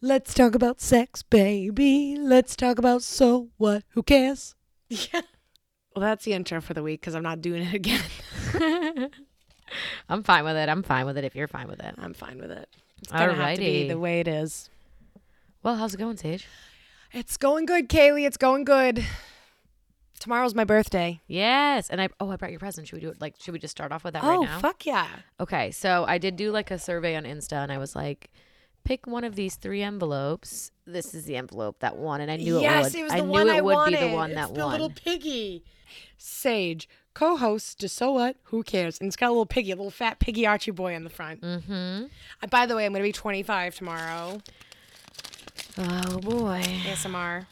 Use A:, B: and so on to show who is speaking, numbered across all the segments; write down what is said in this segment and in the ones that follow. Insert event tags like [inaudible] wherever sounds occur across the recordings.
A: Let's talk about sex, baby. Let's talk about so what? Who cares?
B: Yeah. Well, that's the intro for the week because I'm not doing it [laughs] again.
C: I'm fine with it. I'm fine with it if you're fine with it.
B: I'm fine with it. It's gonna have to be
C: Alrighty.
B: the way it is.
C: Well, how's it going, Sage?
B: It's going good, Kaylee. It's going good. Tomorrow's my birthday.
C: Yes. And I oh, I brought your present. Should we do it like should we just start off with that right
B: oh,
C: now?
B: fuck yeah.
C: Okay. So I did do like a survey on Insta and I was like, pick one of these three envelopes. This is the envelope that won. And I knew
B: yes,
C: it would
B: was
C: I
B: the
C: knew
B: one
C: it
B: I
C: would
B: wanted.
C: be the one
B: it's
C: that
B: the
C: won.
B: little piggy. Sage, co-host to So What? Who cares? And it's got a little piggy, a little fat piggy Archie boy on the front.
C: mm-hmm.
B: Uh, by the way, I'm gonna be 25 tomorrow.
C: Oh boy.
B: ASMR.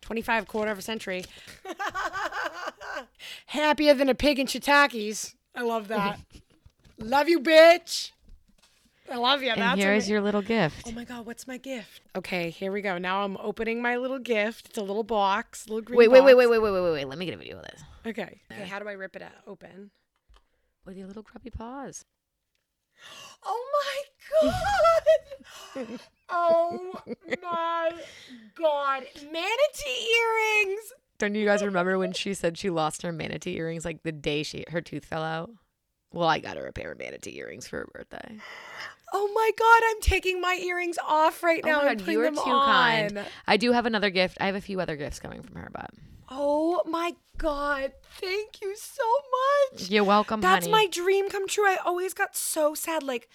B: 25 quarter of a [laughs] century. Happier than a pig in shiitakes. I love that. [laughs] love you, bitch. I love you.
C: And
B: That's
C: here is
B: ama-
C: your little
B: Oh
C: gift.
B: my god, what's my gift? Okay, here we go. Now I'm opening my little gift. It's a little box, little green.
C: Wait, wait, wait,
B: box.
C: wait, wait, wait, wait, wait, wait. Let me get a video of this.
B: Okay. Okay, how do I rip it out open?
C: With your little grubby paws.
B: Oh my [laughs] god. oh my god. Manatee earrings.
C: Don't you guys remember when she said she lost her manatee earrings like the day she her tooth fell out? Well, I got her a pair of manatee earrings for her birthday.
B: Oh my god, I'm taking my earrings off right now.
C: oh my
B: and
C: god,
B: putting
C: you are
B: them
C: too
B: on.
C: kind. I do have another gift. I have a few other gifts coming from her, but
B: Oh my god, thank you so much.
C: you're welcome,
B: That's
C: honey.
B: my dream come true. I always got so sad like,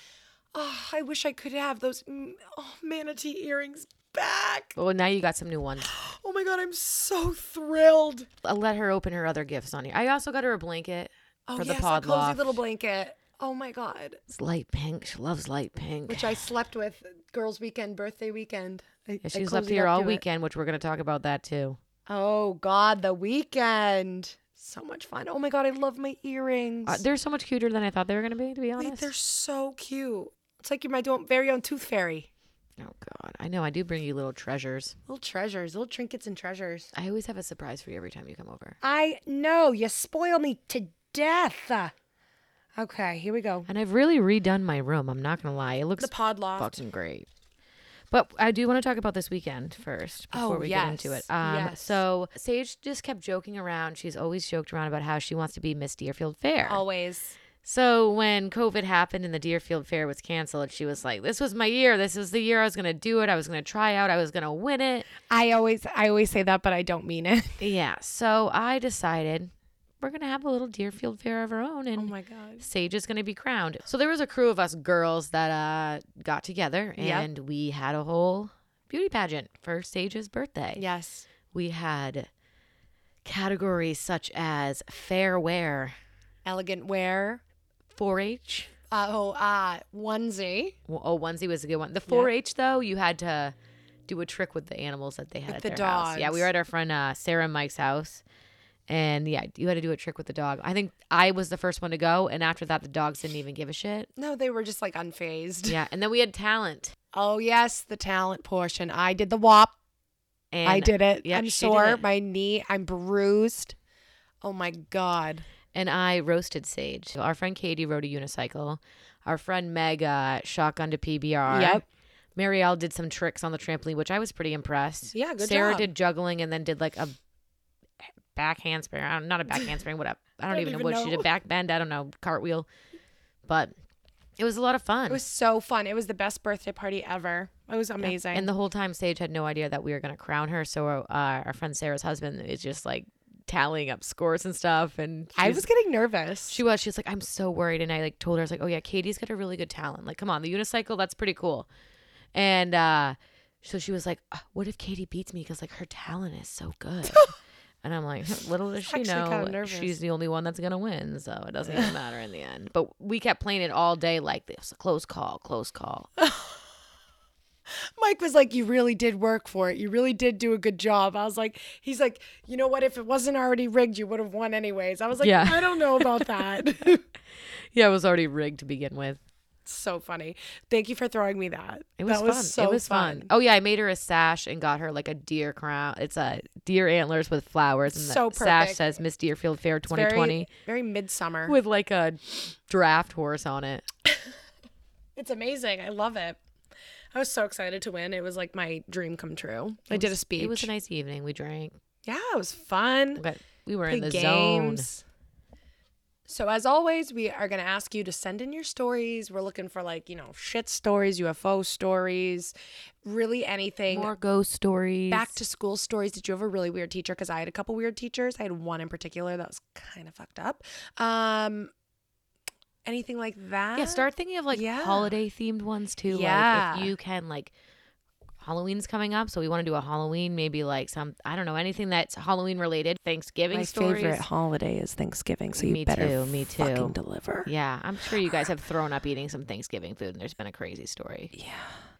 B: oh, I wish I could have those mm, oh, manatee earrings back.
C: Well, now you got some new ones.
B: Oh my god, I'm so thrilled.
C: I'll let her open her other gifts on you. I also got her a blanket.
B: Oh
C: For the
B: yes, a
C: pod
B: cozy
C: loft.
B: little blanket. Oh my god.
C: It's light pink. She loves light pink.
B: Which
C: [sighs]
B: I slept with girls weekend, birthday weekend. I,
C: yeah,
B: I
C: she slept
B: cozied
C: here
B: up
C: all
B: to it.
C: weekend, which we're gonna talk about that too.
B: Oh god, the weekend. So much fun. Oh my god, I love my earrings.
C: Uh, they're so much cuter than I thought they were gonna be. To be honest.
B: Wait, they're so cute. It's like you're my do- very own tooth fairy.
C: Oh God, I know. I do bring you little treasures.
B: Little treasures, little trinkets and treasures.
C: I always have a surprise for you every time you come over.
B: I know. You spoil me to death. Okay, here we go.
C: And I've really redone my room. I'm not gonna lie, it looks
B: The pod loft.
C: fucking great. But I do want to talk about this weekend first before
B: Oh,
C: we get into
B: yes,
C: it. Um,
B: yes.
C: So Sage just kept joking around. She's always joked around about how she wants to be Miss Deerfield Fair.
B: Oh. Always.
C: So when COVID happened and the Deerfield Fair was canceled, she was like, "This was my year. This was the year I was gonna do it. I was gonna try out. I was gonna win it."
B: I always I always say that, but I don't mean it.
C: Yeah. So I decided we're gonna have a little Deerfield Fair of our own, and
B: Oh [laughs] god.
C: Sage is going to be crowned. So there was a crew of us girls that uh, got together
B: Yep.
C: and we had a whole beauty pageant for Sage's birthday.
B: Yes.
C: We had categories such as fair wear,
B: Elegant wear.
C: 4 H.
B: Uh, oh, uh, onesie.
C: Oh, onesie was a good one. The 4 H, though, you had to do a trick with the animals that they had
B: With
C: at
B: the
C: their house. Yeah, we
B: dogs.
C: were at our friend uh, Sarah and Mike's house. And yeah, you had to do a trick with the dog. I think I was the first one to go. And after that, the dogs didn't even give a shit.
B: No, they were just like unfazed.
C: Yeah. And then we had talent.
B: Oh yes, the talent portion. I did the WAP.
C: And
B: I did it.
C: yeah,
B: I'm
C: she did
B: sore.
C: it.
B: My knee. I'm bruised. Oh my god.
C: and I roasted Sage. Our friend Katie rode a unicycle. Our friend Meg uh, shotgun to PBR.
B: Yep.
C: Marielle did some tricks on the trampoline, which I was pretty impressed.
B: Yeah, good
C: Sarah
B: job.
C: did juggling and then did like a back handspring. I don't, not
B: [laughs]
C: a back handspring. What up? I don't,
B: Don't
C: even know
B: even
C: what she
B: know.
C: did. Back bend. I don't know. Cartwheel. But it was a lot of fun.
B: It was so fun. It was the best birthday party ever. It was amazing.
C: And the whole time, Sage had no idea that we were going to crown her. So uh, our friend Sarah's husband is just like tallying up scores and stuff. And
B: I
C: she's-
B: was getting nervous.
C: She was. She was like, I'm so worried. And I like told her, I was like, oh yeah, Katie's got a really good talent. Like, come on, the unicycle, that's pretty cool. And uh, so she was like, "Uh, what if Katie beats me? Because like her talent is so [laughs] good. and I'm like, [laughs] little does she
B: Actually kinda
C: know,
B: nervous.
C: she's the only one that's gonna win. So it doesn't [laughs] even matter in the end. But we kept playing it all day like this, close call, close call.
B: Mike was like, "You really did work for it. You really did do a good job." I was like, "He's like, you know what? If it wasn't already rigged, you would have won anyways." I was like,
C: Yeah.
B: "I don't know [laughs] about that."
C: [laughs] yeah, it was already rigged to begin with.
B: so funny. Thank you for throwing me that.
C: It was
B: that
C: fun. it was fun. Oh yeah, I made her a sash and got her like a deer crown. It's a deer antlers with flowers, and
B: So
C: the sash
B: perfect.
C: says Miss Deerfield Fair
B: It's very-
C: 2020
B: Very, midsummer.
C: with like a draft horse on it.
B: It's amazing. I love it. I was so excited to win. It was like my dream come true. I did a speech.
C: It was a nice evening. We drank,
B: yeah, it was fun.
C: but we were in the
B: Played
C: zone.
B: So as always, we are going to ask you to send in your stories. We're looking for like, you know, shit stories, UFO stories, really anything.
C: More ghost stories.
B: Back to school stories. Did you have a really weird teacher? Because I had a couple weird teachers. I had one in particular that was kind of fucked up. Um, anything like that?
C: yeah. Start thinking of like
B: Yeah.
C: holiday themed ones too. Like
B: Yeah.
C: if you can like. Halloween's coming up, so we want to do a Halloween, maybe like some I don't know anything that's Halloween related. Thanksgiving
B: My
C: stories.
B: favorite holiday is Thanksgiving, so you
C: Me
B: better
C: too, me
B: fucking
C: too.
B: deliver.
C: Yeah, I'm sure you guys have thrown up eating some Thanksgiving food, and there's been a crazy story.
B: Yeah.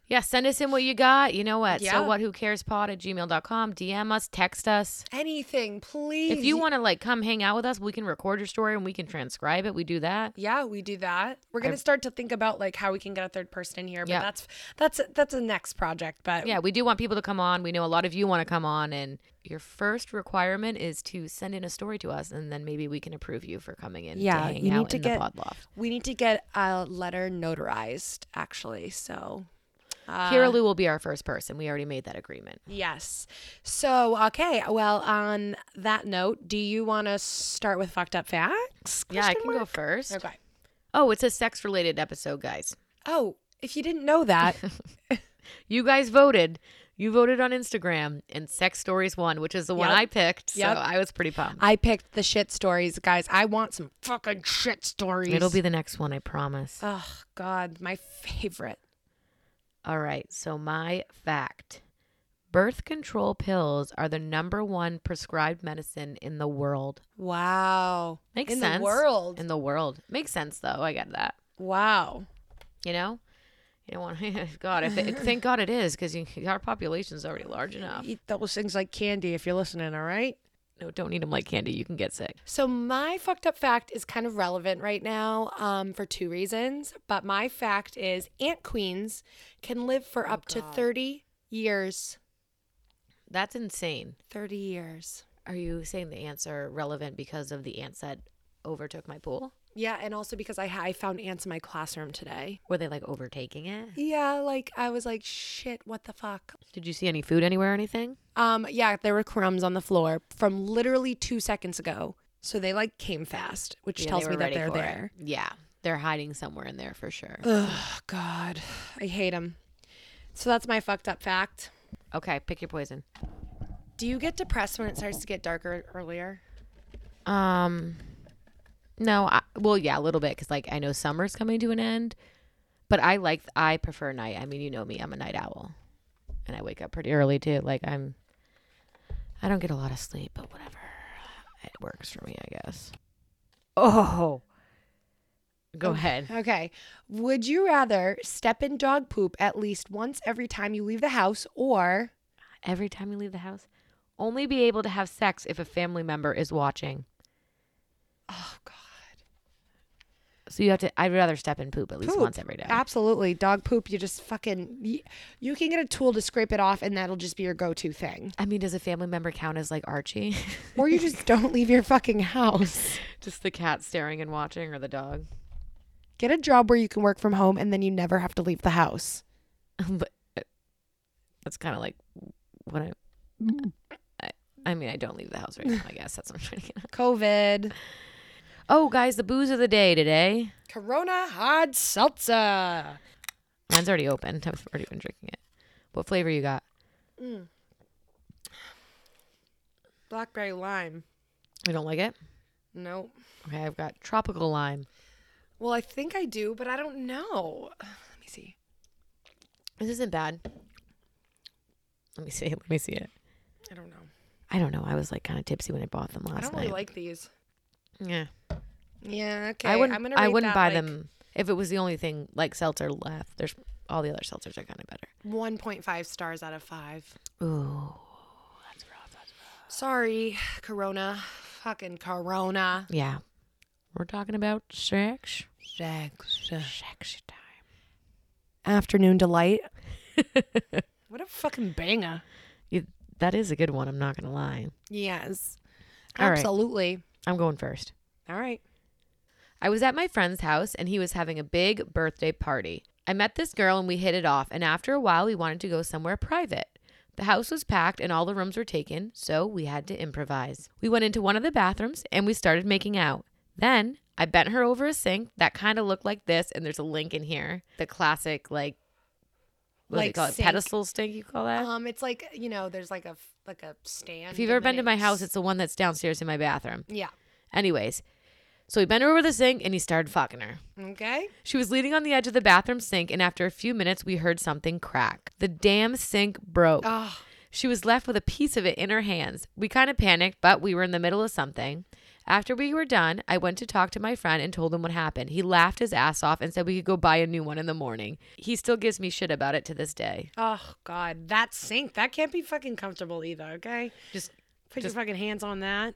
C: Yeah, send us in what you got. You know what?
B: Yeah.
C: So what? Who cares? Pod at gmail.com. DM us, text us.
B: Anything, please.
C: If you want to like come hang out with us, we can record your story and we can transcribe it. We do that.
B: Yeah, we do that. We're gonna start to think about like how we can get a third person in here, but
C: Yeah.
B: that's that's that's a next project. But
C: Yeah, we do want people to come on. We know a lot of you want to come on, and your first requirement is to send in a story to us, and then maybe we can approve you for coming in.
B: Yeah,
C: to hang
B: you
C: out
B: need to
C: in
B: get-
C: the pod loft.
B: we need to get a letter notarized, actually. So, uh,
C: Kira Lou will be our first person. We already made that agreement.
B: yes. So okay, well, on that note, do you want to start with fucked up facts?
C: Yeah, I
B: Question
C: can go
B: mark?
C: first.
B: Okay.
C: Oh, it's a sex related episode, guys.
B: Oh, if you didn't know that,
C: You guys voted. You voted on Instagram, and Sex Stories won, which is the one
B: Yep.
C: I picked.
B: Yep.
C: So I was pretty pumped.
B: I picked the shit stories, guys. I want some fucking shit stories.
C: It'll be the next one, I promise.
B: Oh God, my favorite.
C: All right, so my fact birth control pills are the number one prescribed medicine in the world.
B: Wow.
C: Makes
B: In
C: sense.
B: the world.
C: In the world. Makes sense, though. I get that.
B: wow.
C: You know? You don't want [laughs] to. God,
B: [laughs]
C: if it, thank God it is, because our population's already large enough.
B: Eat those things like candy if you're listening, all right?
C: No, don't eat them like candy. You can get sick.
B: So my fucked up fact is kind of relevant right now um, for two reasons. But my fact is ant queens can live
C: Oh,
B: for up to 30 years.
C: That's insane.
B: 30 years.
C: Are you saying the ants are relevant because of the ants that overtook my pool?
B: Yeah, and also because I, I found ants in my classroom today.
C: Were they like overtaking it?
B: Yeah, like I was like, shit, what the fuck?
C: Did you see any food anywhere or anything?
B: Um, yeah, there were crumbs on the floor from literally two seconds ago. So they like came fast, which
C: Yeah, they
B: tells
C: were
B: me that
C: ready
B: they're
C: for it.
B: there.
C: Yeah, they're hiding somewhere in there for sure.
B: Ugh, God, I hate them. So that's my fucked up fact.
C: Okay, pick your poison.
B: Do you get depressed when it starts to get darker earlier?
C: Um, no, I, well, yeah, a little bit because like I know summer's coming to an end, but I like I prefer night. I mean, you know me, I'm a night owl, and I wake up pretty early too. Like I'm, I don't get a lot of sleep, but whatever, it works for me, I guess. Oh, go ahead.
B: Okay. Would you rather step in dog poop at least once every time you leave the house or
C: Every time you leave the house, only be able to have sex if a family member is watching.
B: Oh god.
C: So you have to. I'd rather step in poop at least
B: Poop.
C: once every day.
B: Absolutely. Dog poop, you just fucking you, you can get a tool to scrape it off and that'll just be your go-to thing.
C: I mean, does a family member count as like Archie? [laughs]
B: Or you [laughs] just don't leave your fucking house.
C: Just the cat staring and watching or the dog?
B: Get a job where you can work from home and then you never have to leave the house.
C: but uh, that's kind of like what I, I. I mean, I don't leave the house right now. I guess that's what I'm trying to get. At.
B: [laughs] COVID.
C: Oh, guys, the booze of the day today.
B: Corona hard seltzer.
C: Mine's already open. [laughs] I've already been drinking it. What flavor you got?
B: Blackberry lime.
C: You don't like it?
B: Nope.
C: Okay, I've got tropical lime.
B: Well, I think I do, but I don't know. Let me see.
C: This isn't bad. Let me see. Let me see it.
B: I don't know.
C: I don't know. I was like kind of tipsy when I bought them last
B: I don't
C: night.
B: really like these.
C: yeah.
B: Yeah, okay.
C: I wouldn't.
B: I'm gonna
C: I
B: rate that,
C: wouldn't buy
B: like,
C: them if it was the only thing like seltzer left. There's all the other seltzers are kind of better.
B: 1.5 stars out of 5.
C: Ooh, that's rough.
B: Sorry, Corona. Fucking Corona.
C: Yeah, we're talking about sex.
B: Sex.
C: Sex time.
B: Afternoon delight. [laughs] what a fucking banger.
C: You, that is a good one. I'm not gonna lie.
B: Yes.
C: All right.
B: Absolutely.
C: I'm going first.
B: All right.
C: I was at my friend's house and he was having a big birthday party. I met this girl and we hit it off, and after a while, we wanted to go somewhere private. The house was packed and all the rooms were taken, so we had to improvise. We went into one of the bathrooms and we started making out. Then I bent her over a sink that kind of looked like this, and there's a link in here. The classic, like, what do they
B: Like
C: call it?
B: sink.
C: Pedestal stink, you call that?
B: Um, it's like you know, there's like a f- like a stand.
C: if you've ever
B: and then
C: been to my house,
B: it's-
C: it's the one that's downstairs in my bathroom.
B: yeah.
C: Anyways, so he bent her over the sink and he started fucking her.
B: Okay.
C: She was leaning on the edge of the bathroom sink, and after a few minutes, we heard something crack. The damn sink broke.
B: Oh,
C: She was left with a piece of it in her hands. We kind of panicked, but we were in the middle of something. After we were done, I went to talk to my friend and told him what happened. He laughed his ass off and said we could go buy a new one in the morning. He still gives me shit about it to this day.
B: oh God, that sink that can't be fucking comfortable either. Okay.
C: Just,
B: Put
C: Just-
B: your fucking hands on that.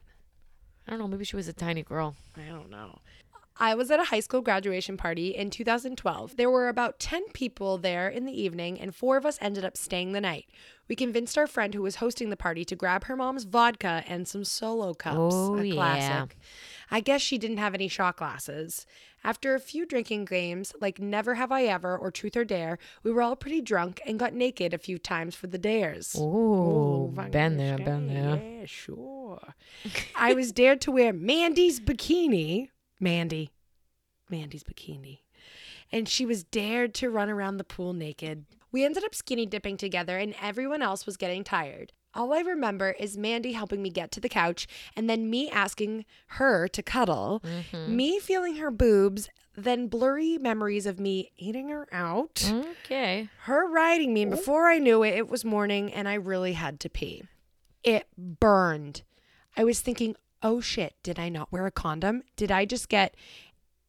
C: I don't know, maybe she was a tiny girl.
B: I don't know. I was at a high school graduation party in 2012. There were about 10 people there in the evening, and four of us ended up staying the night. We convinced our friend who was hosting the party to grab her mom's vodka and some solo cups,
C: Oh,
B: a
C: yeah.
B: classic. I guess she didn't have any shot glasses. After a few drinking games, like Never Have I Ever or Truth or Dare, we were all pretty drunk and got naked a few times for the dares.
C: Ooh,
B: fucking
C: been there, been
B: stay,
C: there.
B: Yeah, sure. I was dared to wear Mandy's bikini. Mandy. Mandy's bikini. And she was dared to run around the pool naked. We ended up skinny dipping together, and everyone else was getting tired. All I remember is Mandy helping me get to the couch and then me asking her to cuddle, me feeling her boobs, then blurry memories of me eating her out
C: Okay.
B: her riding me and before i knew it it was morning and i really had to pee it burned i was thinking oh shit did i not wear a condom did i just get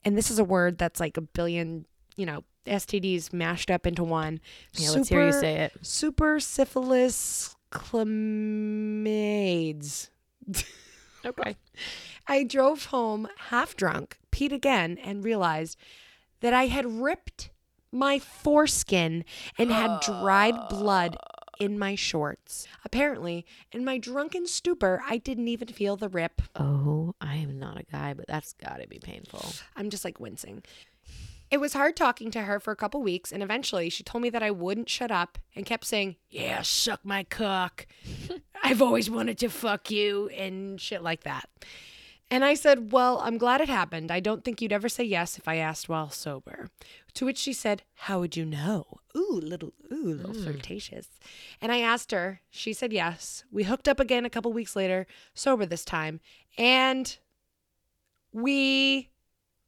B: and this is a word that's like a billion you know stds mashed up into one
C: Yeah, let's hear you say it.
B: super syphilis chlamaids
C: Okay.
B: I drove home half drunk, peed again, and realized that I had ripped my foreskin and had dried blood in my shorts. Apparently, in my drunken stupor, I didn't even feel the rip.
C: Oh, I am not a guy, but that's gotta be painful.
B: I'm just like wincing. It was hard talking to her for a couple weeks, and eventually she told me that I wouldn't shut up and kept saying, Yeah, suck my cock. I've always wanted to fuck you, and shit like that. And I said, Well, I'm glad it happened. I don't think you'd ever say yes if I asked while sober. To which she said, How would you know? Ooh, little, ooh, little flirtatious. And I asked her. She said yes. We hooked up again a couple weeks later, sober this time. And we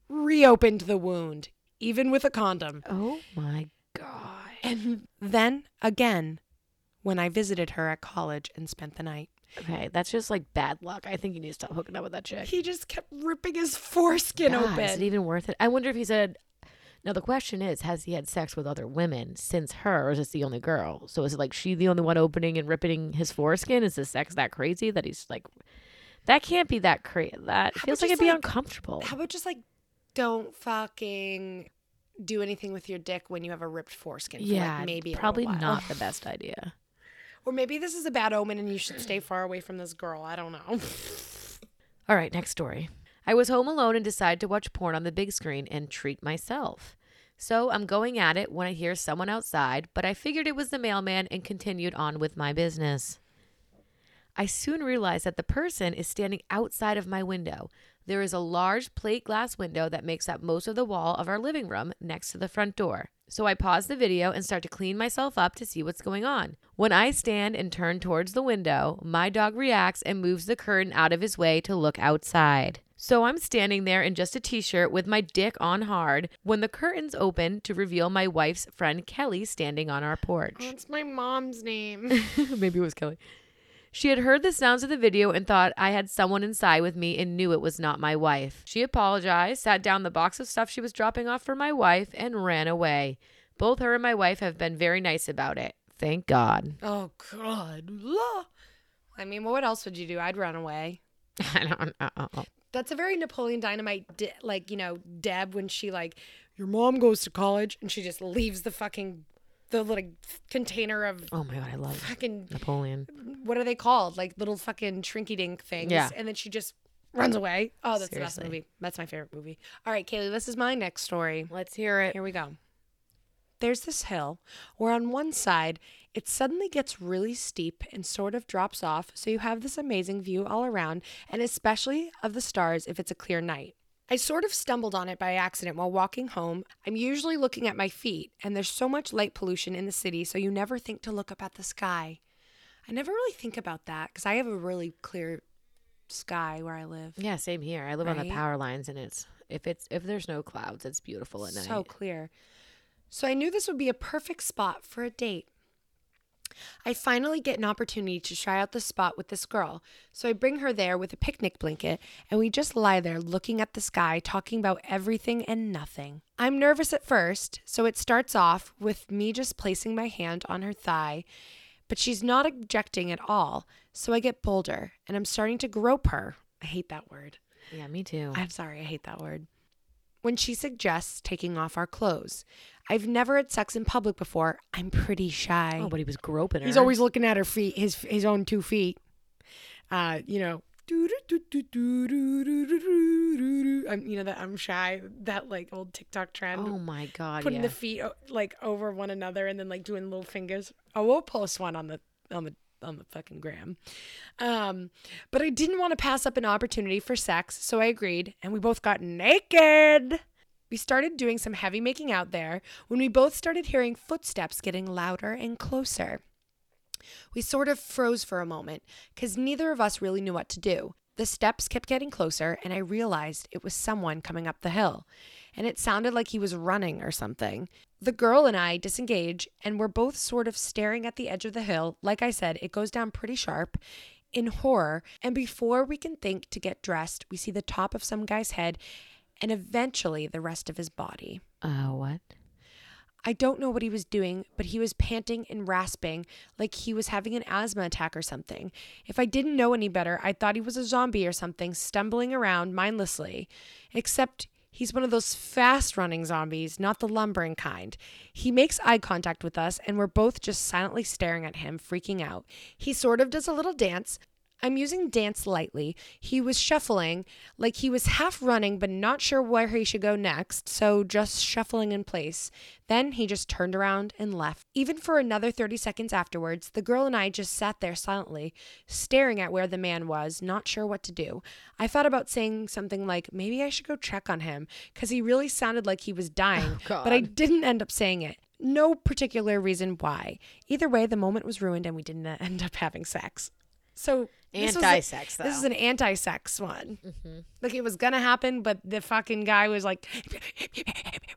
B: reopened the wound, even with a condom.
C: Oh my god.
B: And then again, when I visited her at college and spent the night,
C: Okay, that's just like bad luck. I think you need to stop hooking up with that chick.
B: he just kept ripping his foreskin
C: God, Is it
B: open.
C: even worth it? I wonder if he said. Now the question is, has he had sex with other women since her, or is this the only girl? So is it like she the only one opening and ripping his foreskin? Is the sex that crazy that he's like, that can't be that crazy. That
B: How
C: feels
B: about
C: like it'd
B: just,
C: be
B: like-
C: uncomfortable.
B: How about just like, don't fucking do anything with your dick when you have a ripped foreskin? for, like,
C: yeah,
B: maybe a little
C: probably
B: while.
C: not the best idea.
B: Or maybe this is a bad omen and you should stay far away from this girl. I don't know. [laughs]
C: All right, next story. I was home alone and decided to watch porn on the big screen and treat myself. So I'm going at it when I hear someone outside, but I figured it was the mailman and continued on with my business. I soon realized that the person is standing outside of my window. There is a large plate glass window that makes up most of the wall of our living room next to the front door. So I pause the video and start to clean myself up to see what's going on. When I stand and turn towards the window, my dog reacts and moves the curtain out of his way to look outside. So I'm standing there in just a t shirt with my dick on hard when the curtains open to reveal my wife's friend Kelly standing on our porch.
B: That's my mom's
C: [laughs]
B: name.
C: Maybe it was Kelly. She had heard the sounds of the video and thought I had someone inside with me and knew it was not my wife. She apologized, sat down the box of stuff she was dropping off for my wife, and ran away. Both her and my wife have been very nice about it. Thank God. [laughs]
B: oh, God. Blah. I mean, what else would you do? I'd run away.
C: I don't know.
B: That's a very Napoleon Dynamite, de- like you know, Deb when she like, your mom goes to college and she just leaves the fucking, the little container of
C: Oh my God, I love
B: fucking
C: Napoleon.
B: what are they called? Like little fucking trinky dink things.
C: Yeah.
B: And then she just runs away. Oh, that's the best
C: Seriously.
B: movie. That's my favorite movie. All right, Kaylee, this is my next story.
C: Let's hear it.
B: Here we go. there's this hill where on one side it suddenly gets really steep and sort of drops off, so you have this amazing view all around, and especially of the stars if it's a clear night. I sort of stumbled on it by accident while walking home. I'm usually looking at my feet, and there's so much light pollution in the city, so you never think to look up at the sky. I never really think about that because I have a really clear sky where I live.
C: Yeah, same here. I live on
B: Right?
C: the power lines, and it's if it's if there's no clouds, it's beautiful at night.
B: So clear. So I knew this would be a perfect spot for a date. I finally get an opportunity to try out the spot with this girl. So I bring her there with a picnic blanket and we just lie there looking at the sky, talking about everything and nothing. I'm nervous at first, so it starts off with me just placing my hand on her thigh, but she's not objecting at all. So I get bolder and I'm starting to grope her. I hate that word.
C: yeah, me too.
B: I'm sorry, I hate that word. When she suggests taking off our clothes, I've never had sex in public before. I'm pretty shy.
C: oh, but he was groping her.
B: He's always looking at her feet, his his own two feet. Uh, you know, I'm, you know that I'm shy. That like old TikTok trend,
C: Oh my god!
B: putting
C: yeah.
B: the feet o- like over one another and then like doing little fingers. Oh, we'll post one on the on the on the fucking gram. Um, but I didn't want to pass up an opportunity for sex, so I agreed, and we both got naked. We started doing some heavy making out there when we both started hearing footsteps getting louder and closer. We sort of froze for a moment because neither of us really knew what to do. The steps kept getting closer, and I realized it was someone coming up the hill, and it sounded like he was running or something. The girl and I disengage, and we're both sort of staring at the edge of the hill. Like I said, it goes down pretty sharp in horror, and before we can think to get dressed, we see the top of some guy's head and eventually the rest of his body.
C: uh, what?
B: I don't know what he was doing, but he was panting and rasping like he was having an asthma attack or something. If I didn't know any better, I thought he was a zombie or something, stumbling around mindlessly. Except he's one of those fast running zombies, not the lumbering kind. He makes eye contact with us, and we're both just silently staring at him, freaking out. He sort of does a little dance. I'm using dance lightly. He was shuffling, like he was half running but not sure where he should go next, so just shuffling in place. Then he just turned around and left. Even for another 30 seconds afterwards, the girl and I just sat there silently, staring at where the man was, not sure what to do. I thought about saying something like, maybe I should go check on him, because he really sounded like he was dying, but I didn't end up saying it. No particular reason why. Either way, the moment was ruined and we didn't end up having sex. So this was a-
C: Anti-sex,
B: This is
C: though. Mm-hmm.
B: an anti-sex one. Like it was gonna happen, but the fucking guy was like [laughs]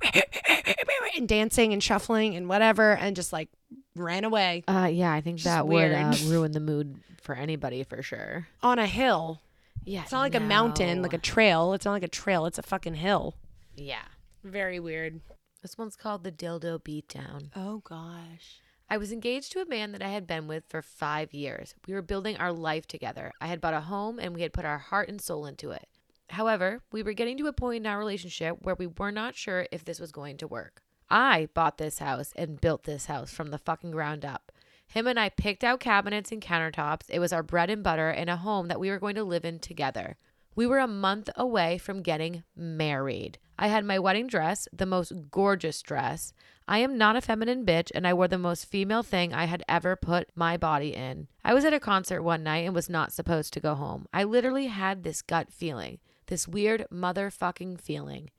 B: and dancing and shuffling and whatever, and just like ran away
C: Uh, yeah, I think
B: Just
C: that
B: weird.
C: would uh, ruin the mood for anybody for sure.
B: on a hill.
C: Yeah,
B: It's not like a mountain, like a trail. It's not like a trail. It's a fucking hill.
C: yeah.
B: Very weird.
C: This one's called the dildo beatdown.
B: Oh gosh.
C: I was engaged to a man that I had been with for five years. We were building our life together. I had bought a home and we had put our heart and soul into it. However, we were getting to a point in our relationship where we were not sure if this was going to work. I bought this house and built this house from the fucking ground up. Him and I picked out cabinets and countertops. It was our bread and butter and a home that we were going to live in together. We were a month away from getting married. I had my wedding dress, the most gorgeous dress. I am not a feminine bitch, and I wore the most female thing I had ever put my body in. I was at a concert one night and was not supposed to go home. I literally had this gut feeling, this weird motherfucking feeling.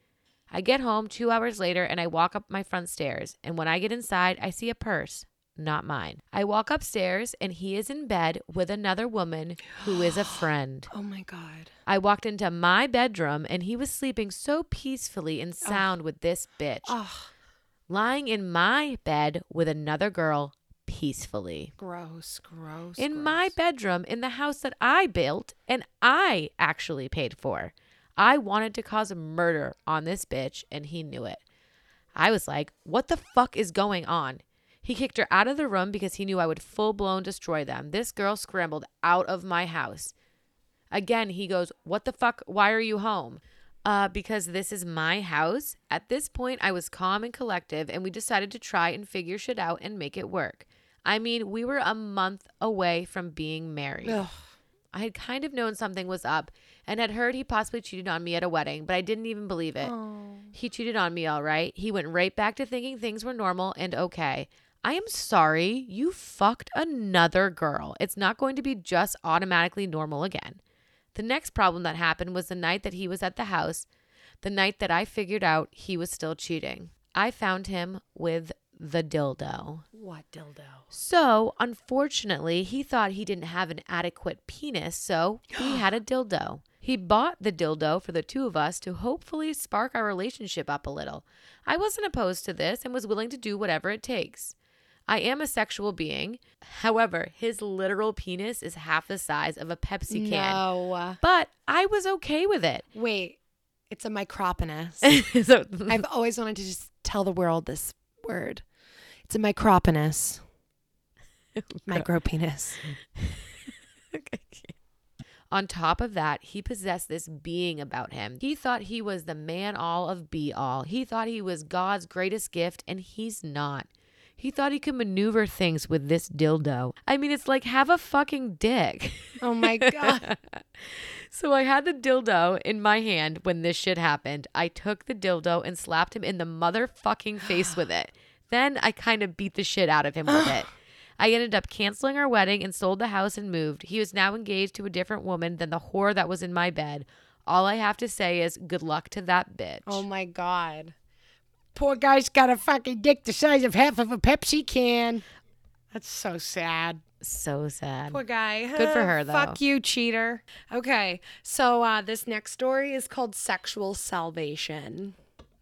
C: I get home two hours later and I walk up my front stairs. And when I get inside, I see a purse, not mine. I walk upstairs and he is in bed with another woman who is a friend.
B: Oh my god.
C: I walked into my bedroom and he was sleeping so peacefully and sound with this bitch,
B: Oh,
C: lying in my bed with another girl peacefully.
B: gross, gross.
C: In my bedroom, in the house that I built and I actually paid for. I wanted to cause murder on this bitch and he knew it. I was like, what the fuck is going on? He kicked her out of the room because he knew I would full blown destroy them. This girl scrambled out of my house. Again, he goes, What the fuck? Why are you home? Uh, because this is my house. At this point, I was calm and collective, and we decided to try and figure shit out and make it work. I mean, we were a month away from being married.
B: Ugh.
C: I had kind of known something was up and had heard he possibly cheated on me at a wedding, but I didn't even believe it. He cheated on me, all right. He went right back to thinking things were normal and okay. I am sorry. You fucked another girl. It's not going to be just automatically normal again. The next problem that happened was the night that he was at the house, the night that I figured out he was still cheating. I found him with the dildo.
B: What dildo?
C: So, unfortunately, he thought he didn't have an adequate penis, so he had a dildo. He bought the dildo for the two of us to hopefully spark our relationship up a little. I wasn't opposed to this and was willing to do whatever it takes. I am a sexual being. However, his literal penis is half the size of a Pepsi can.
B: No.
C: But I was okay with it. [laughs]
B: Wait, it's a micropenis.
C: so
B: [laughs] I've always wanted to just tell the world this word. It's a [laughs] micropenis. Micropenis.
C: On top of that, he possessed this being about him. He thought he was the man all of be all. He thought he was God's greatest gift, and he's not. He thought he could maneuver things with this dildo. I mean, it's like have a fucking dick. [laughs]
B: Oh [laughs] my god.
C: so I had the dildo in my hand when this shit happened. I took the dildo and slapped him in the motherfucking face with [gasps] it. Then I kind of beat the shit out of him with [gasps] it. I ended up canceling our wedding and sold the house and moved. He was now engaged to a different woman than the whore that was in my bed. All I have to say is good luck to that bitch.
B: Oh my god. Poor guy's got a fucking dick the size of half of a Pepsi can. That's so sad.
C: so sad.
B: Poor guy.
C: Good
B: [sighs]
C: for her,
B: Fuck you, cheater. Okay. So uh, this next story is called Sexual Salvation.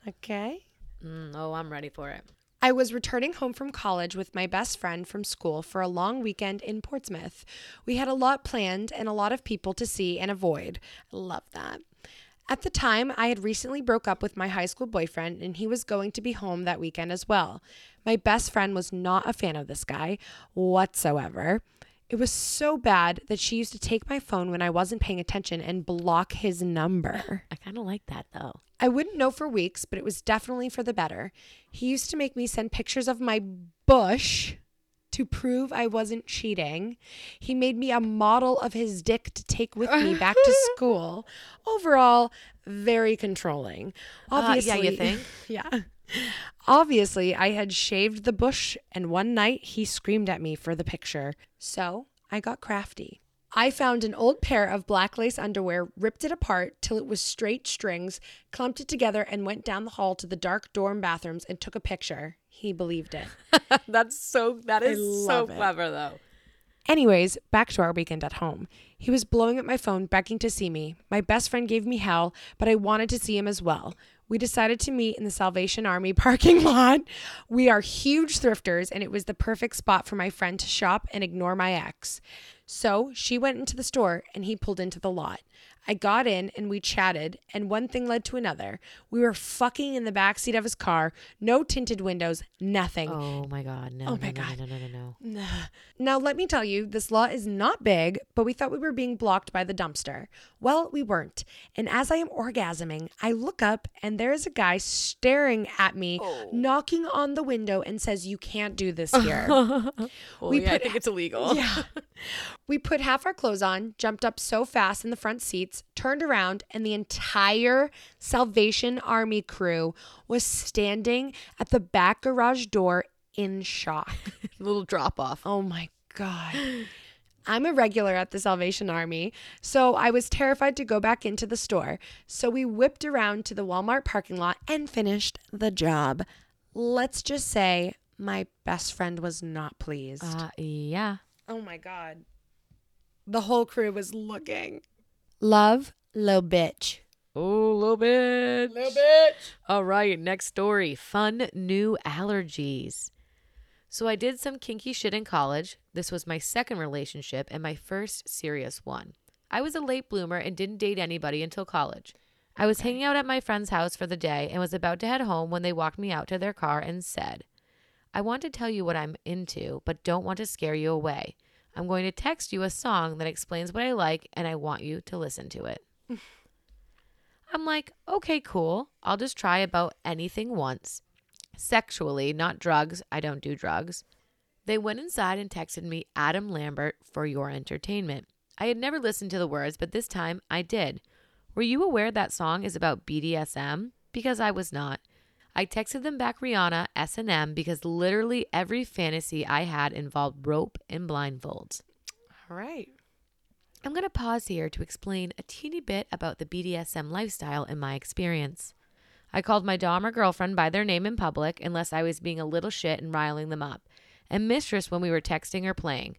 B: Okay.
C: Mm, oh, I'm ready for it.
B: I was returning home from college with my best friend from school for a long weekend in Portsmouth. We had a lot planned and a lot of people to see and avoid. I love that. At the time, I had recently broke up with my high school boyfriend and he was going to be home that weekend as well. My best friend was not a fan of this guy whatsoever. It was so bad that she used to take my phone when I wasn't paying attention and block his number.
C: I kind of like that though.
B: I wouldn't know for weeks, but it was definitely for the better. He used to make me send pictures of my bush to prove I wasn't cheating. He made me a model of his dick to take with me back
C: [laughs]
B: to school. Overall, very controlling.
C: Uh,
B: Obviously,
C: yeah, you think?
B: [laughs] yeah. Obviously, I had shaved the bush, and one night he screamed at me for the picture. So I got crafty. I found an old pair of black lace underwear, ripped it apart till it was straight strings, clumped it together, and went down the hall to the dark dorm bathrooms and took a picture. He believed it.
C: [laughs] That's so. That is so
B: love it.
C: clever though.
B: Anyways, back to our weekend at home. He was blowing up my phone, begging to see me. My best friend gave me hell, but I wanted to see him as well. We decided to meet in the Salvation Army [laughs] parking lot. We are huge thrifters, and it was the perfect spot for my friend to shop and ignore my ex. So she went into the store, and he pulled into the lot. I got in and we chatted, and one thing led to another. We were fucking in the backseat of his car, no tinted windows, nothing.
C: Oh my god. No.
B: my
C: no,
B: God.
C: No, no, no, no, no.
B: Now, let me tell you, this lot is not big, but we thought we were being blocked by the dumpster. Well, we weren't. And as I am orgasming, I look up and there is a guy staring at me, knocking on the window, and says, You can't do this here.
C: we yeah, [laughs] I
B: put-
C: think it's illegal.
B: Yeah. we put half our clothes on, jumped up so fast in the front seats, turned around, and the entire Salvation Army crew was standing at the back garage door in shock.
C: Little drop off.
B: Oh my God. [gasps] I'm a regular at the Salvation Army, so I was terrified to go back into the store. So we whipped around to the Walmart parking lot and finished the job. Let's just say my best friend was not pleased.
C: Uh, yeah.
B: oh my God. The whole crew was looking. Love, low bitch.
C: Oh, little bit. Little bit. All right, next story. Fun new allergies. So I did some kinky shit in college. This was my second relationship and my first serious one. I was a late bloomer and didn't date anybody until college. I was hanging out at my friend's house for the day and was about to head home when they walked me out to their car and said, I want to tell you what I'm into, but don't want to scare you away. I'm going to text you a song that explains what I like and I want you to listen to it. I'm like, okay, cool. I'll just try about anything once. Sexually, not drugs. I don't do drugs. They went inside and texted me Adam Lambert for your entertainment. I had never listened to the words, but this time I did. Were you aware that song is about BDSM? Because I was not. I texted them back Rihanna S&M because literally every fantasy I had involved rope and blindfolds.
B: All right.
C: I'm going to pause here to explain a teeny bit about the BDSM lifestyle and my experience. I called my Dom or girlfriend by their name in public unless I was being a little shit and riling them up, and mistress when we were texting or playing.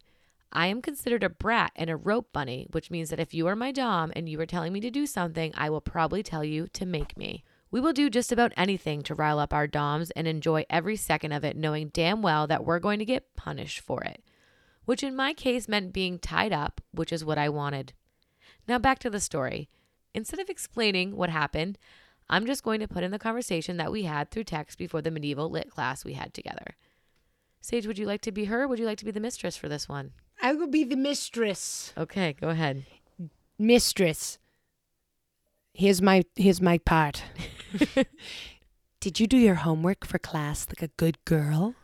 C: I am considered a brat and a rope bunny, which means that if you are my Dom and you are telling me to do something, I will probably tell you to make me. We will do just about anything to rile up our Doms and enjoy every second of it, knowing damn well that we're going to get punished for it which in my case meant being tied up, which is what I wanted. Now back to the story. Instead of explaining what happened, I'm just going to put in the conversation that we had through text before the medieval lit class we had together. Sage, would you like to be her? Or would you like to be the mistress for this one?
B: I will be the mistress.
C: Okay, go ahead.
B: mistress here's my here's my part [laughs] did you do your homework for class like a good girl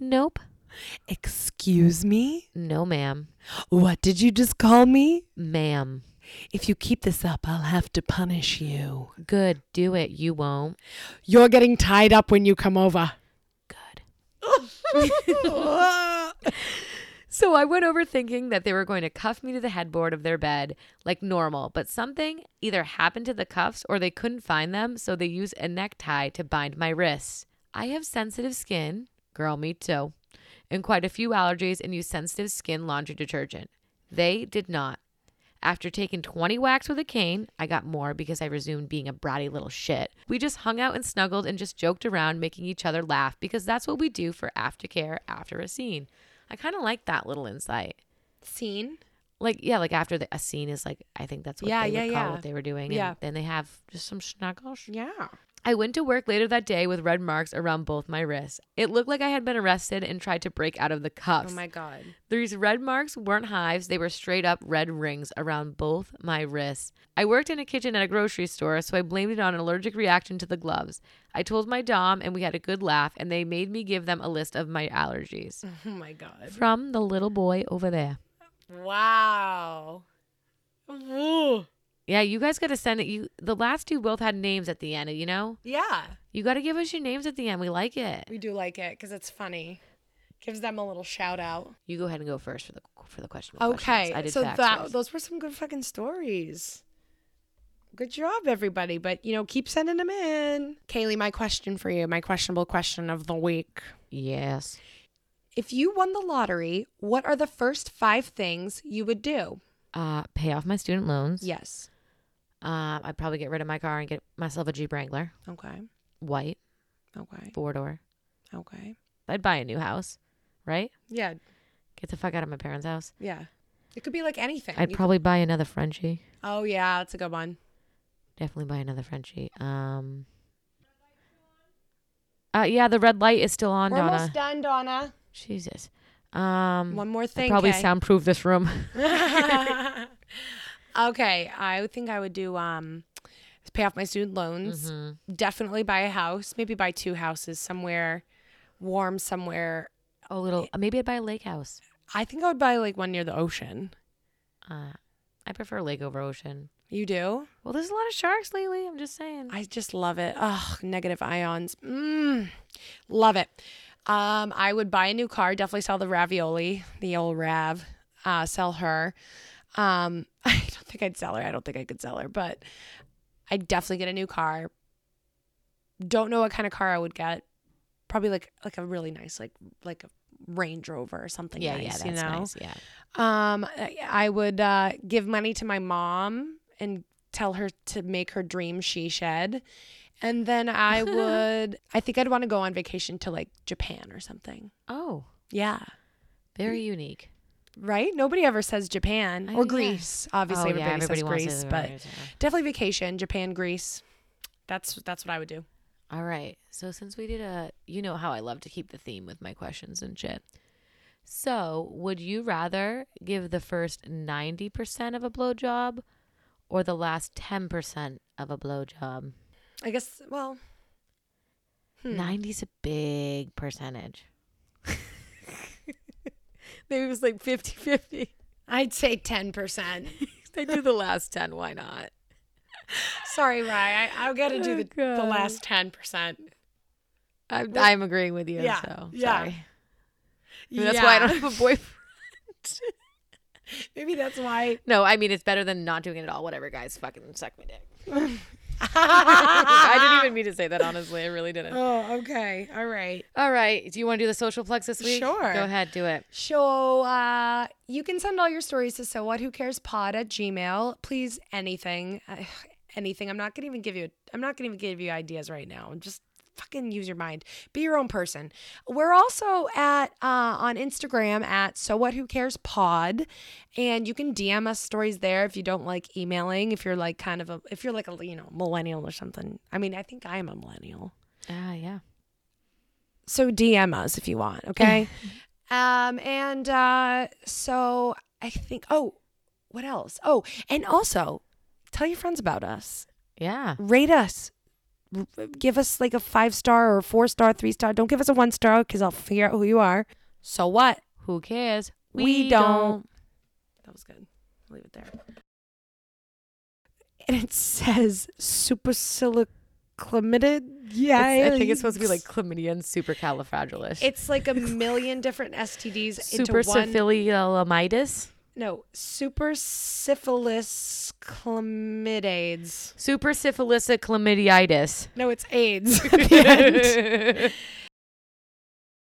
C: Nope.
A: Excuse me?
C: No, ma'am.
A: What did you just call me?
C: Ma'am.
A: If you keep this up, I'll have to punish you.
C: Good. Do it. You won't.
B: you're getting tied up when you come [laughs] over
C: Good. So I went over thinking that they were going to cuff me to the headboard of their bed like normal, but something either happened to the cuffs or they couldn't find them, so they used a necktie to bind my wrists. I have sensitive skin, girl, me too, and quite a few allergies and use sensitive skin laundry detergent. They did not. After taking 20 whacks with a cane, I got more because I resumed being a bratty little shit. We just hung out and snuggled and just joked around, making each other laugh because that's what we do for aftercare after a scene. I kind of like that little insight.
B: scene
C: Like, yeah, like after the, a scene is like, I think that's what
B: Yeah,
C: they would
B: yeah,
C: call
B: yeah.
C: what they were doing. and
B: Yeah.
C: then they have just some snuggles.
B: yeah
C: I went to work later that day with red marks around both my wrists. It looked like I had been arrested and tried to break out of the
B: oh
C: cuffs.
B: my god
C: These red marks weren't hives, they were straight up red rings around both my wrists. I worked in a kitchen at a grocery store, so I blamed it on an allergic reaction to the gloves. I told my Dom, and we had a good laugh, and they made me give them a list of my allergies.
B: oh my god
C: From the little boy over there.
B: wow Ooh.
C: Yeah, you guys got to send it. You the last two both had names at the end, you know?
B: yeah
C: You got to give us your names at the end. We like it.
B: we do like it because it's funny gives them a little shout out
C: You go ahead and go first for the for the question. of questions.
B: okay
C: I did
B: so
C: facts
B: that,
C: first.
B: those were some good fucking stories good job everybody but you know keep sending them in kaylee my question for you my questionable question of the week
C: yes.
B: If you won the lottery, what are the first five things you would do?
C: Uh, pay off my student loans.
B: Yes.
C: Um, I'd probably get rid of my car and get myself a Jeep Wrangler,
B: Okay.
C: white,
B: Okay.
C: four door.
B: Okay.
C: I'd buy a new house, right?
B: Yeah.
C: Get the fuck out of my parents' house.
B: Yeah. It could be like anything.
C: I'd
B: You-
C: probably buy another Frenchie.
B: oh yeah, that's a good one.
C: Definitely buy another Frenchie. Um. Uh, yeah, the red light is still on,
B: We're
C: Donna.
B: almost done, Donna.
C: Jesus. Um.
B: One more
C: I'd
B: thing.
C: probably
B: Kay.
C: soundproof
B: [laughs]
C: this room.
B: okay. I think I would do um pay off my student loans.
C: Mm-hmm.
B: Definitely buy a house. Maybe buy two houses somewhere warm somewhere.
C: Oh, little. Maybe I'd buy a lake house.
B: I think I would buy like one near the ocean.
C: Uh, I prefer lake over ocean.
B: You do?
C: Well, there's a lot of sharks lately. I'm just saying.
B: I just love it. Ugh, negative ions. Mm, love it. Um, I would buy a new car. Definitely sell the ravioli, the old Rav. Uh, sell her. Um, [laughs] I don't think I'd sell her. I don't think I could sell her, but I'd definitely get a new car. Don't know what kind of car I would get. Probably like like a really nice like like a Range Rover or something.
C: yeah,
B: nice,
C: yeah, that's
B: you know?
C: nice. Yeah.
B: Um, I- I would uh, give money to my mom and tell her to make her dream she shed. And then
C: [laughs]
B: I would, I think I'd want to go on vacation to like Japan or something.
C: Oh,
B: Yeah.
C: very unique.
B: Right? Nobody ever says Japan
C: I
B: or
C: think, yeah.
B: Greece. Obviously,
C: oh,
B: everybody,
C: yeah, everybody
B: says
C: wants
B: Greece,
C: it,
B: but
C: right, yeah.
B: definitely vacation, Japan, Greece. That's that's what I would do.
C: All right. So since we did a, you know how I love to keep the theme with my questions and shit. So would you rather give the first ninety percent of a blowjob, or the last ten percent of a blowjob?
B: I guess. Well, Hmm.
C: Ninety's a [laughs] [laughs] big percentage. Maybe it was like 50-50.
B: I'd say
C: [laughs]
B: 10%.
C: I do the last 10. Why not?
B: Sorry, Rye. I, I got to do
C: Oh,
B: the, the
C: God.
B: last 10%.
C: I'm, I'm agreeing with you.
B: Yeah,
C: So,
B: yeah.
C: sorry. I mean, that's why I don't [laughs] have a boyfriend.
B: Maybe that's why.
C: No, I mean, it's better than not doing it at all. Whatever, guys. Fucking suck my dick. [laughs] [laughs] I
B: I
C: didn't even mean to say that, honestly. I really didn't.
B: Oh, okay. All right.
C: All right. Do you want to do the social plugs this week?
B: Sure.
C: Go ahead. Do it.
B: So uh, you can send all your stories to so what who cares pod at gmail. Please anything, uh, anything. I'm not gonna even give you. I'm not gonna even give you ideas right now. Just fucking use your mind. Be your own person. We're also at uh, on Instagram at so what who cares pod, and you can DM us stories there if you don't like emailing. If you're like kind of a if you're like a you know millennial or something. I mean, I think I am a millennial.
C: Ah, yeah.
B: So DM us if you want, okay?
C: Mm-hmm.
B: um, and uh, so I think, oh, what else? Oh, and also tell your friends about us,
C: Yeah.
B: rate us, R- give us like a five star or a four star, three star. Don't give us a one star because I'll figure out who you are. So what?
C: Who cares?
B: We don't. That was good. I'll leave it there. And it says supersiliclamidid. Yeah,
C: It's- I think it's supposed to be like chlamydia and supercalifragilish.
B: It's like
C: [laughs]
B: a million different STDs into one.
C: Superciliomitis?
B: No, super syphilis chlamydids.
C: [laughs] Supersyphilisic chlamydiitis. [laughs]
B: No, it's AIDS. at the end.